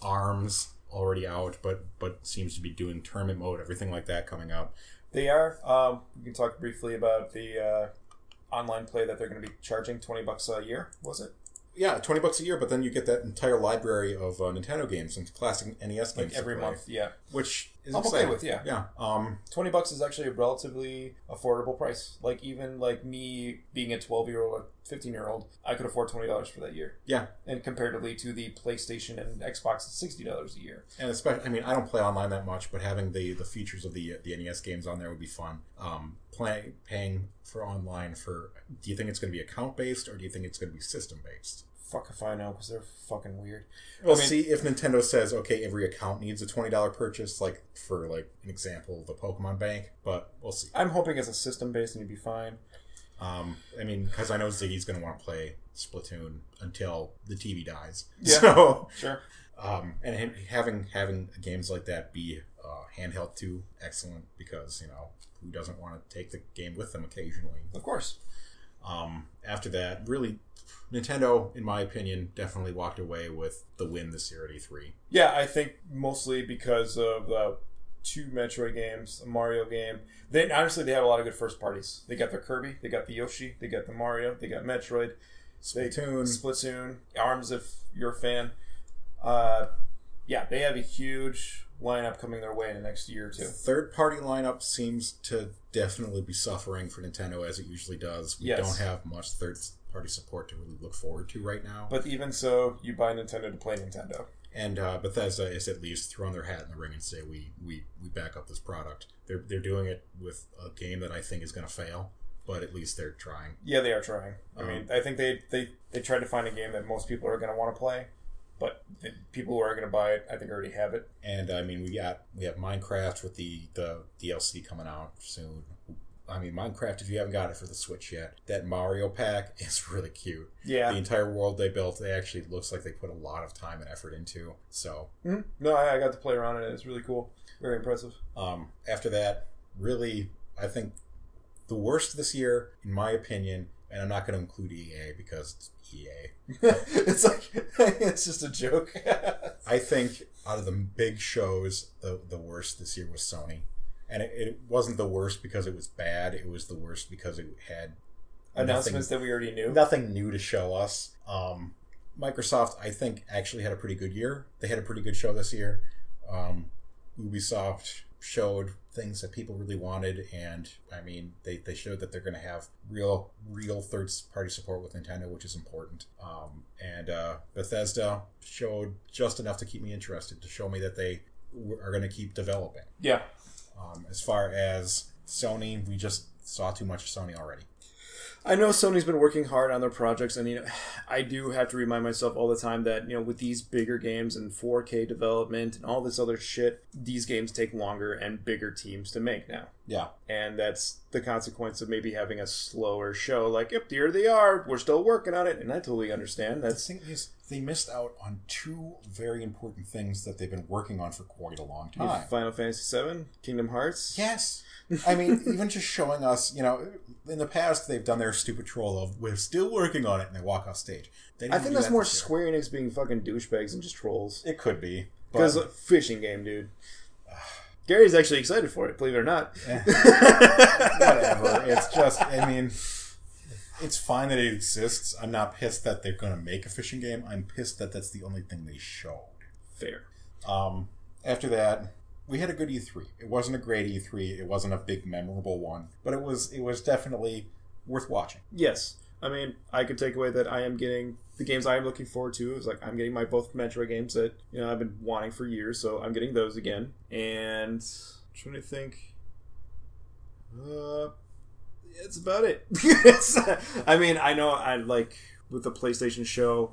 A: Arms already out, but but seems to be doing tournament mode, everything like that coming up.
C: They are. Um, we can talk briefly about the uh, online play that they're going to be charging twenty bucks a year. Was it
A: Yeah, twenty bucks a year, but then you get that entire library of uh, Nintendo games and classic NES games
C: like
A: to
C: every
A: play,
C: month? Yeah,
A: which is
C: I'm okay
A: exciting.
C: with, yeah.
A: yeah. Um,
C: twenty bucks is actually a relatively affordable price. Like even like me being a twelve year old, or fifteen year old, I could afford twenty dollars for that year.
A: yeah,
C: and comparatively to the PlayStation and Xbox, it's sixty dollars a year.
A: and especially I mean I don't play online that much, but having the the features of the the NES games on there would be fun. Um, play, paying for online for do you think it's going to be account based or do you think it's going to be system based?
C: Fuck if I know, because they're fucking weird.
A: Well,
C: I mean-
A: see if Nintendo says okay, every account needs a twenty dollar purchase, like for like an example, the Pokemon Bank. But we'll see.
C: I'm hoping it's a system based and you'd be fine.
A: Um, I mean, because I know Ziggy's going to want to play Splatoon until the TV dies.
C: Yeah.
A: So,
C: Sure.
A: um, and ha- having having games like that be uh, handheld too, excellent because you know who doesn't want to take the game with them occasionally.
C: Of course.
A: Um, after that, really, Nintendo, in my opinion, definitely walked away with the win this year at E3.
C: Yeah, I think mostly because of uh, two Metroid games, a Mario game. They honestly they had a lot of good first parties. They got their Kirby, they got the Yoshi, they got the Mario, they got Metroid, they
A: Splatoon,
C: Splatoon, Arms if you're a fan. Uh, yeah, they have a huge lineup coming their way in the next year or two.
A: third party lineup seems to definitely be suffering for Nintendo as it usually does. We
C: Yes.
A: don't have much third party support to really look forward to right now.
C: But even so, you buy Nintendo to play Nintendo.
A: and uh, Bethesda is at least throwing their hat in the ring and say we we, we back up this product. They're they're doing it with a game that I think is going to fail, but at least they're trying.
C: Yeah, they are trying. I
A: Um,
C: mean, I think they, they, they tried to find a game that most people are going to want to play, but the people who are going to buy it, I think, already have it.
A: And I mean, we got we have Minecraft with the the DLC coming out soon. I mean, Minecraft if you haven't got it for the Switch yet, that Mario pack is really cute.
C: Yeah.
A: The entire world they built, they actually looks like they put a lot of time and effort into. So
C: Mhm. No, I, I got to play around in it. It's really cool. Very impressive.
A: Um, after that, really, I think the worst this year, in my opinion, and I'm not going to include EA because it's E EA.
C: it's like, it's just a joke.
A: I think out of the big shows, the the worst this year was Sony, and it, it wasn't the worst because it was bad. It was the worst because it had
C: Announcements that we already knew.
A: nothing new to show us. Um, Microsoft, I think, actually had a pretty good year. They had a pretty good show this year. Um, Ubisoft showed things that people really wanted, and I mean, they, they showed that they're going to have real, real third party support with Nintendo, which is important. Um, and uh, Bethesda showed just enough to keep me interested, to show me that they w- are going to keep developing.
C: Yeah.
A: Um, as far as Sony, we just saw too much of Sony already.
B: I know Sony's been working hard on their projects, and you know, I do have to remind myself all the time that you know, with these bigger games and 4K development and all this other shit, these games take longer and bigger teams to make now,
A: Yeah.
B: and that's the consequence of maybe having a slower show. Like, yep, here they are. We're still working on it, and I totally understand.
A: The
B: That's
A: thing is, they missed out on two very important things that they've been working on for quite a long
B: you know,
A: time.
B: Final Fantasy VII, Kingdom Hearts.
A: Yes. I mean, even just showing us, you know, in the past they've done their stupid troll of "We're still working on it," and they walk off stage. They
B: I
A: didn't
B: think
A: do
B: that's
A: that
B: more
A: this year.
B: Square Enix being fucking douchebags and just trolls.
A: It could be
B: Because
A: but-
B: fishing game, dude. Gary's actually excited for it, believe it or not.
A: Eh. whatever. It's just, I mean, it's fine that it exists. I'm not pissed that they're going to make a fishing game. I'm pissed that that's the only thing they showed.
B: Fair.
A: Um, after that, we had a good E3. It wasn't a great E3. It wasn't a big memorable one, but it was it was definitely worth watching.
B: Yes. I mean, I could take away that I am getting the games I am looking forward to. Is like I'm getting my both Metro games that you know I've been wanting for years, so I'm getting those again. And I'm trying to think, uh, it's about it. It's- I mean, I know I like with the PlayStation show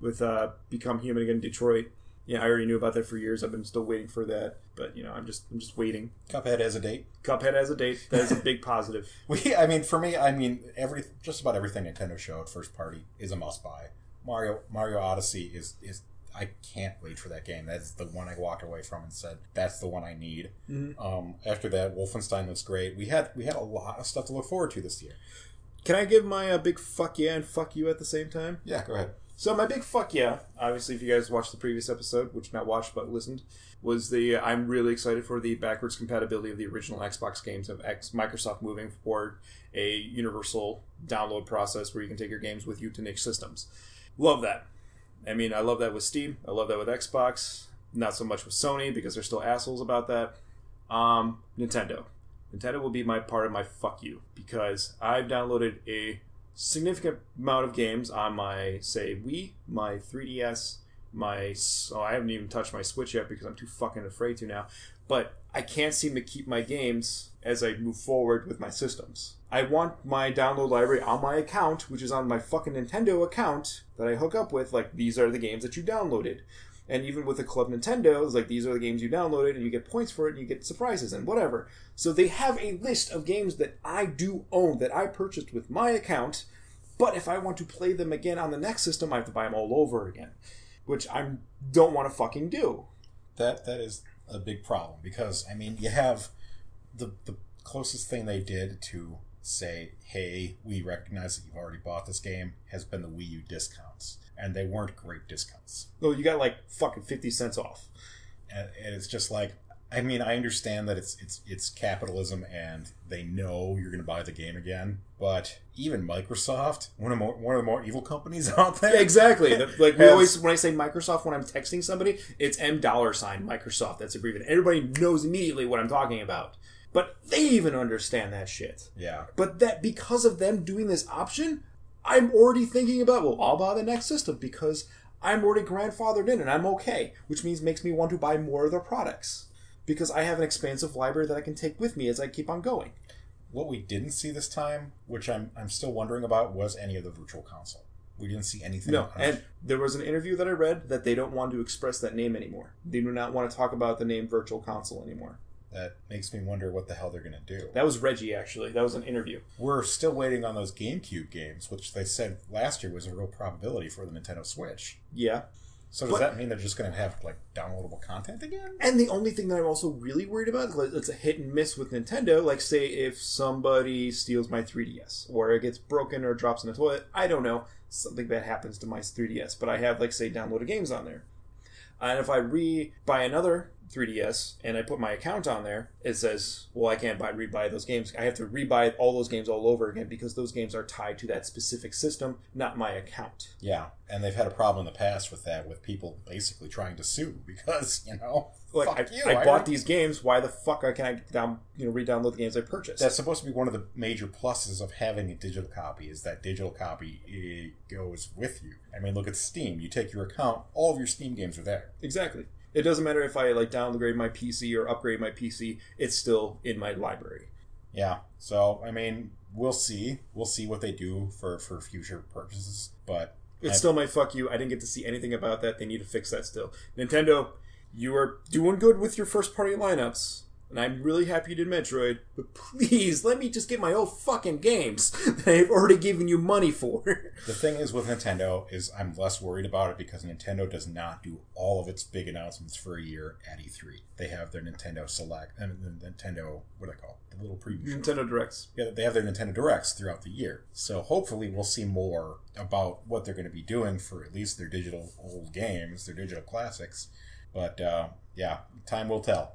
B: with uh, Become Human again, Detroit. Yeah, I already knew about that for years. I've been still waiting for that, but you know, I'm just I'm just waiting.
A: Cuphead has a date.
B: Cuphead has a date. That is a big positive.
A: We, I mean, for me, I mean, every just about everything Nintendo showed first party is a must buy. Mario Mario Odyssey is is I can't wait for that game. That's the one I walked away from and said that's the one I need.
B: Mhm.
A: Um, after that, Wolfenstein looks great. We had we had a lot of stuff to look forward to this year.
B: Can I give my uh, big fuck yeah and fuck you at the same time?
A: Yeah, go ahead.
B: So my big fuck yeah, obviously, if you guys watched the previous episode, which not watched but listened, was the uh, I'm really excited for the backwards compatibility of the original Xbox games of X, Microsoft moving toward a universal download process where you can take your games with you to niche systems. Love that. I mean, I love that with Steam. I love that with Xbox. Not so much with Sony because they're still assholes about that. Um, Nintendo. Nintendo will be my part of my fuck you because I've downloaded a significant amount of games on my say Wii, my 3DS, my oh, I haven't even touched my Switch yet because I'm too fucking afraid to now. But I can't seem to keep my games as I move forward with my systems. I want my download library on my account, which is on my fucking Nintendo account that I hook up with. Like these are the games that you downloaded. And even with the Club Nintendo, it's like these are the games you downloaded, and you get points for it, and you get surprises and whatever. So they have a list of games that I do own that I purchased with my account, but if I want to play them again on the next system, I have to buy them all over again, which I don't want to fucking do.
A: that that is a big problem because I mean you have the the closest thing they did to say hey we recognize that you've already bought this game has been the Wii U discounts and they weren't great discounts
B: No, you got like fucking fifty cents off.
A: and, and it's just like I mean I understand that it's it's it's capitalism and they know you're going to buy the game again but even Microsoft one of the more, one of the more evil companies out there
B: Exactly. The- Like we
A: Yes.
B: always, when I say Microsoft, when I'm texting somebody, it's M dollar sign Microsoft. That's abbreviated. Everybody knows immediately what I'm talking about, but they even understand that shit.
A: yeah
B: But that because of them doing this option, I'm already thinking about well, I'll buy the next system because I'm already grandfathered in and I'm okay, which means makes me want to buy more of their products because I have an expansive library that I can take with me as I keep on going.
A: What we didn't see this time, which I'm I'm still wondering about, was any of the virtual console. We didn't see anything.
B: No,
A: on-
B: and there was an interview that I read that they don't want to express that name anymore. They do not want to talk about the name Virtual Console anymore.
A: that makes me wonder what the hell they're gonna do.
B: That was Reggie actually. That was an interview.
A: We're still waiting on those GameCube games, which they said last year was a real probability for the Nintendo Switch.
B: Yeah.
A: So does
B: But-
A: that mean they're just gonna have like downloadable content again?
B: And the only thing that I'm also really worried about, like, it's a hit and miss with Nintendo. Like, say if somebody steals my 3DS, or it gets broken, or drops in the toilet. I don't know. Something bad happens to my 3DS, but I have like say downloaded games on there. And if I re buy another 3DS and I put my account on there, it says, "Well, I can't buy rebuy those games. I have to rebuy all those games all over again because those games are tied to that specific system, not my account."
A: Yeah, and they've had a problem in the past with that, with people basically trying to sue because you know,
B: Like
A: fuck
B: I,
A: you,
B: I bought these games. Why the fuck I can I down you know re-download the games I purchased?
A: That's supposed to be one of the major pluses of having a digital copy is that digital copy it goes with you. I mean, look at Steam. You take your account, all of your Steam games are there.
B: Exactly. It doesn't matter if I like downgrade my PC or upgrade my PC, it's still in my library.
A: Yeah. So I mean, we'll see. We'll see what they do for for future purchases. But
B: It's
A: I-
B: still my fuck you. I didn't get to see anything about that. They need to fix that still. Nintendo, you are doing good with your first party lineups, and I'm really happy you did Metroid, but please let me just get my old fucking games that I've already given you money for.
A: the thing is with Nintendo is I'm less worried about it because Nintendo does not do all of its big announcements for a year at E3. They have their Nintendo Select and the Nintendo what do they call it? the little preview. show.
B: Nintendo Directs.
A: Yeah, they have their Nintendo Directs throughout the year. So hopefully we'll see more about what they're going to be doing for at least their digital old games, their digital classics. But uh, yeah, time will tell.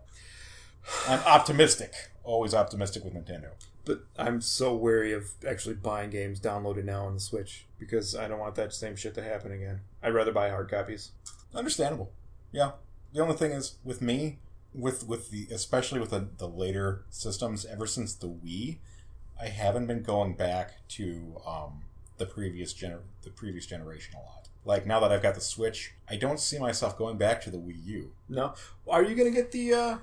A: I'm optimistic. Always optimistic with Nintendo.
B: But I'm so wary of actually buying games downloaded now on the Switch because I don't want that same shit to happen again. I'd rather buy hard copies.
A: Understandable. Yeah. The only thing is with me, with with the especially with the, the later systems, ever since the Wii, I haven't been going back to um, the previous gener the previous generation a lot. Like now that I've got the Switch, I don't see myself going back to the Wii U.
B: No. Are you going to get the? uh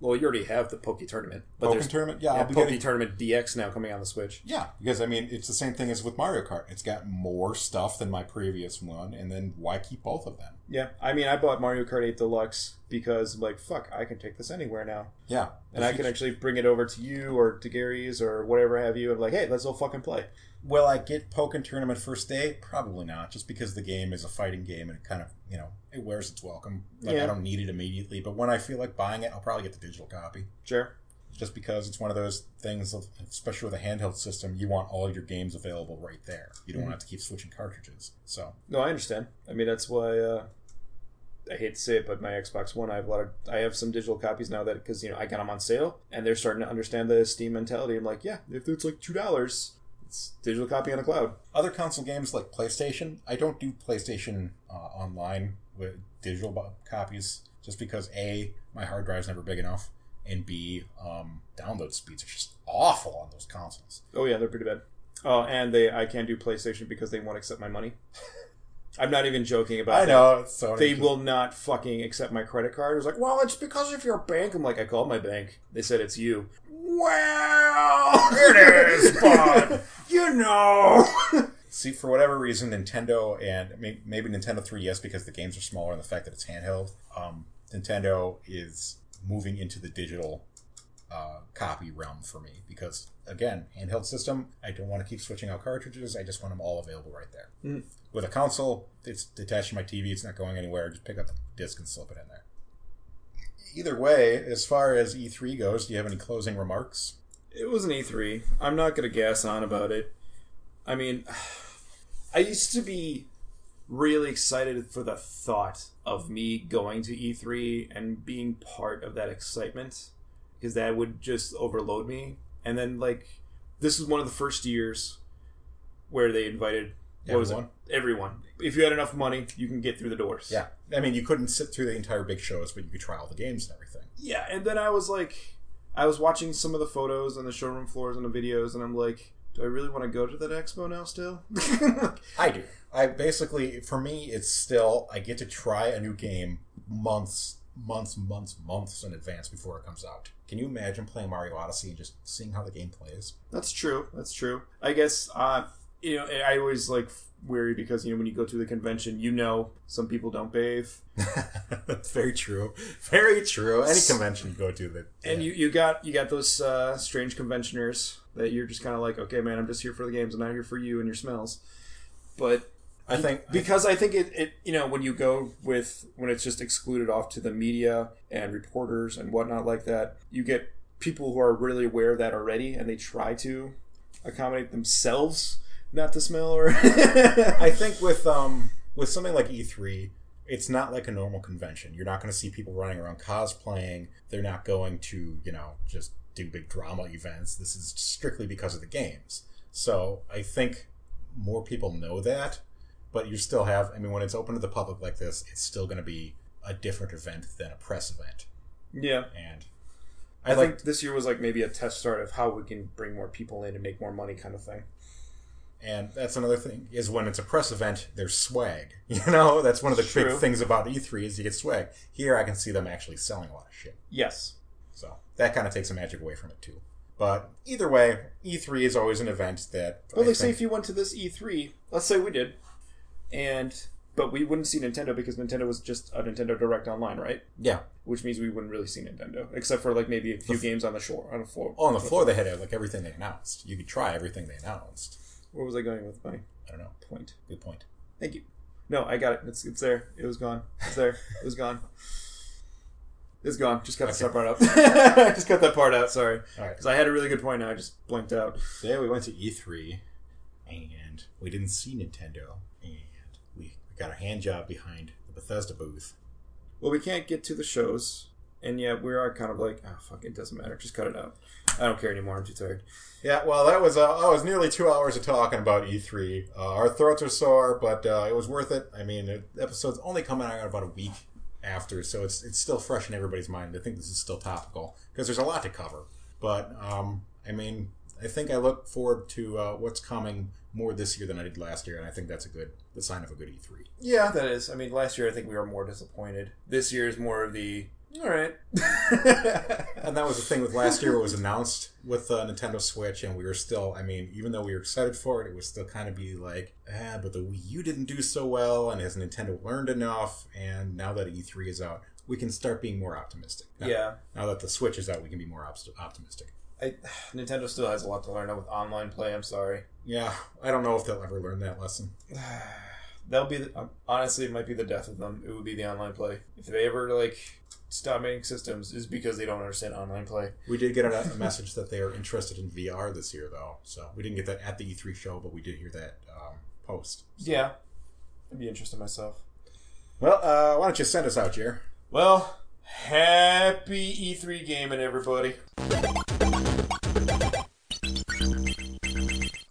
B: Well, you already have the Poke Tournament, but
A: Pokken
B: there's
A: tournament, yeah,
B: yeah,
A: I'll be
B: Poke
A: getting-
B: Tournament DX now coming on the Switch.
A: yeah, because I mean it's the same thing as with Mario Kart. It's got more stuff than my previous one, and then why keep both of them?
B: Yeah, I mean, I bought Mario Kart 8 Deluxe because, like, fuck, I can take this anywhere now,
A: Yeah,
B: and I can actually bring it over to you or to Gary's or whatever have you, and like, hey, let's all fucking play.
A: Will I get Pokken Tournament first day? Probably not, just because the game is a fighting game and it kind of, you know, it wears its welcome. Like,
B: Yeah.
A: I don't need it immediately, but when I feel like buying it, I'll probably get the digital copy.
B: Sure.
A: just because it's one of those things, of, especially with a handheld system, you want all your games available right there. You don't want to have to keep switching cartridges. So
B: No, I understand. I mean, that's why uh, I hate to say it, but my Xbox One, I have a lot of, I have some digital copies now that because you know I got them on sale, and they're starting to understand the Steam mentality. I'm like, yeah, if it's like two dollars, it's digital copy on the cloud.
A: other console games like PlayStation, I don't do PlayStation uh, online with digital bo- copies just because a my hard drive's never big enough, and b um, download speeds are just awful on those consoles.
B: Oh yeah, they're pretty bad. Oh, and they, I can't do PlayStation because they won't accept my money. I'm not even joking about.
A: I
B: that.
A: know. It's so
B: They will not fucking accept my credit card. It was like, well, it's because of your bank. I'm like, I called my bank. They said it's you.
A: Well, it is, bud.
B: You know.
A: See, for whatever reason, Nintendo and may- maybe Nintendo 3DS because the games are smaller and the fact that it's handheld, um, Nintendo is moving into the digital uh, copy realm for me because, again, handheld system, I don't want to keep switching out cartridges. I just want them all available right there.
B: Mm.
A: With a console, it's detached from my TV, it's not going anywhere. Just pick up the disc and slip it in there. Either way, as far as E3 goes, do you have any closing remarks?
B: It was an E3. I'm not going to gas on about it. I mean, I used to be really excited for the thought of me going to E3 and being part of that excitement because that would just overload me. And then, like, this is one of the first years where they invited what was it?
A: Everyone?
B: Everyone. If you had enough money, you can get through the doors.
A: Yeah. I mean, you couldn't sit through the entire big shows, but you could try all the games and everything.
B: yeah and then i was like i was watching some of the photos on the showroom floors and the videos and i'm like do i really want to go to that expo now still
A: I do. I basically, for me, it's still I get to try a new game months, months, months, months in advance before it comes out. Can you imagine playing Mario Odyssey and just seeing how the game plays?
B: that's true that's true i guess uh you know i always like weary because you know when you go to the convention you know some people don't bathe
A: Very true. Very true. Any convention you go to that,
B: and you you got you got those uh strange conventioners that you're just kind of like okay man i'm just here for the games i'm not here for you and your smells but
A: I think
B: because I think it, it you know when you go with when it's just excluded off to the media and reporters and whatnot like that you get people who are really aware of that already and they try to accommodate themselves not to smell or
A: I think with um with something like E3, it's not like a normal convention. You're not going to see people running around cosplaying. They're not going to you know just do big drama events. This is strictly because of the games. So I think more people know that, but you still have. I mean, when it's open to the public like this, it's still going to be a different event than a press event.
B: yeah
A: And
B: I,
A: I, like
B: think this year was like maybe a test start of how we can bring more people in and make more money kind of thing
A: And that's another thing is when it's a press event, there's swag. You know, that's one of the
B: True.
A: big things about E3 is you get swag. Here, I can see them actually selling a lot of shit.
B: yes
A: So that kind of takes the magic away from it too. But either way, E3 is always an event that.
B: Well,
A: I
B: like, say
A: think-
B: if you went to this E3, let's say we did, and but we wouldn't see Nintendo because Nintendo was just a Nintendo Direct online, right?
A: yeah,
B: Which means we wouldn't really see Nintendo except for like maybe a few games on the shore on the floor.
A: Oh, on the floor they had uh, like everything they announced. You could try everything they announced.
B: Where was I going with my
A: I don't know.
B: point?
A: Good point.
B: Thank you. No, I got it. It's it's there. It was gone. It's there. It was gone. It's gone. Just cut that part out. just cut that part out. Sorry,
A: All right.
B: because I had a really good point. and I just blinked out.
A: Today we went to E3, and we didn't see Nintendo, and we, we got a hand job behind the Bethesda booth.
B: Well, we can't get to the shows, and yet we are kind of like, oh fuck, it doesn't matter. Just cut it out. I don't care anymore. I'm too tired.
A: Yeah, well, that was uh, that was nearly two hours of talking about E3. Uh, our throats are sore, but uh, it was worth it. I mean, the episode's only coming out about a week after, so it's it's still fresh in everybody's mind. I think this is still topical because there's a lot to cover. But um, I mean, I think I look forward to uh, what's coming more this year than I did last year, and I think that's a good the sign of a good E E3.
B: Yeah, that is. I mean, last year I think we were more disappointed. This year is more of the all right.
A: And that was the thing with last year. It was announced with the Nintendo Switch, and we were still, I mean, even though we were excited for it, it would still kind of be like, ah, but the Wii U didn't do so well, and has Nintendo learned enough? And now that E3 is out, we can start being more optimistic. Now,
B: yeah,
A: Now that the Switch is out, we can be more opst- optimistic.
B: I, Nintendo still has a lot to learn with online play. I'm sorry.
A: Yeah, I don't know if they'll ever learn that lesson.
B: That'll be the, uh, honestly, it might be the death of them. It would be the online play if they ever like stop making systems is because they don't understand online play.
A: We did get a, a message that they are interested in VR this year, though. So we didn't get that at the E3 show, but we did hear that um, post.
B: Yeah, I'd be interested myself.
A: Well, uh, why don't you send us out, Jer?
B: Well, E happy E3 gaming, everybody.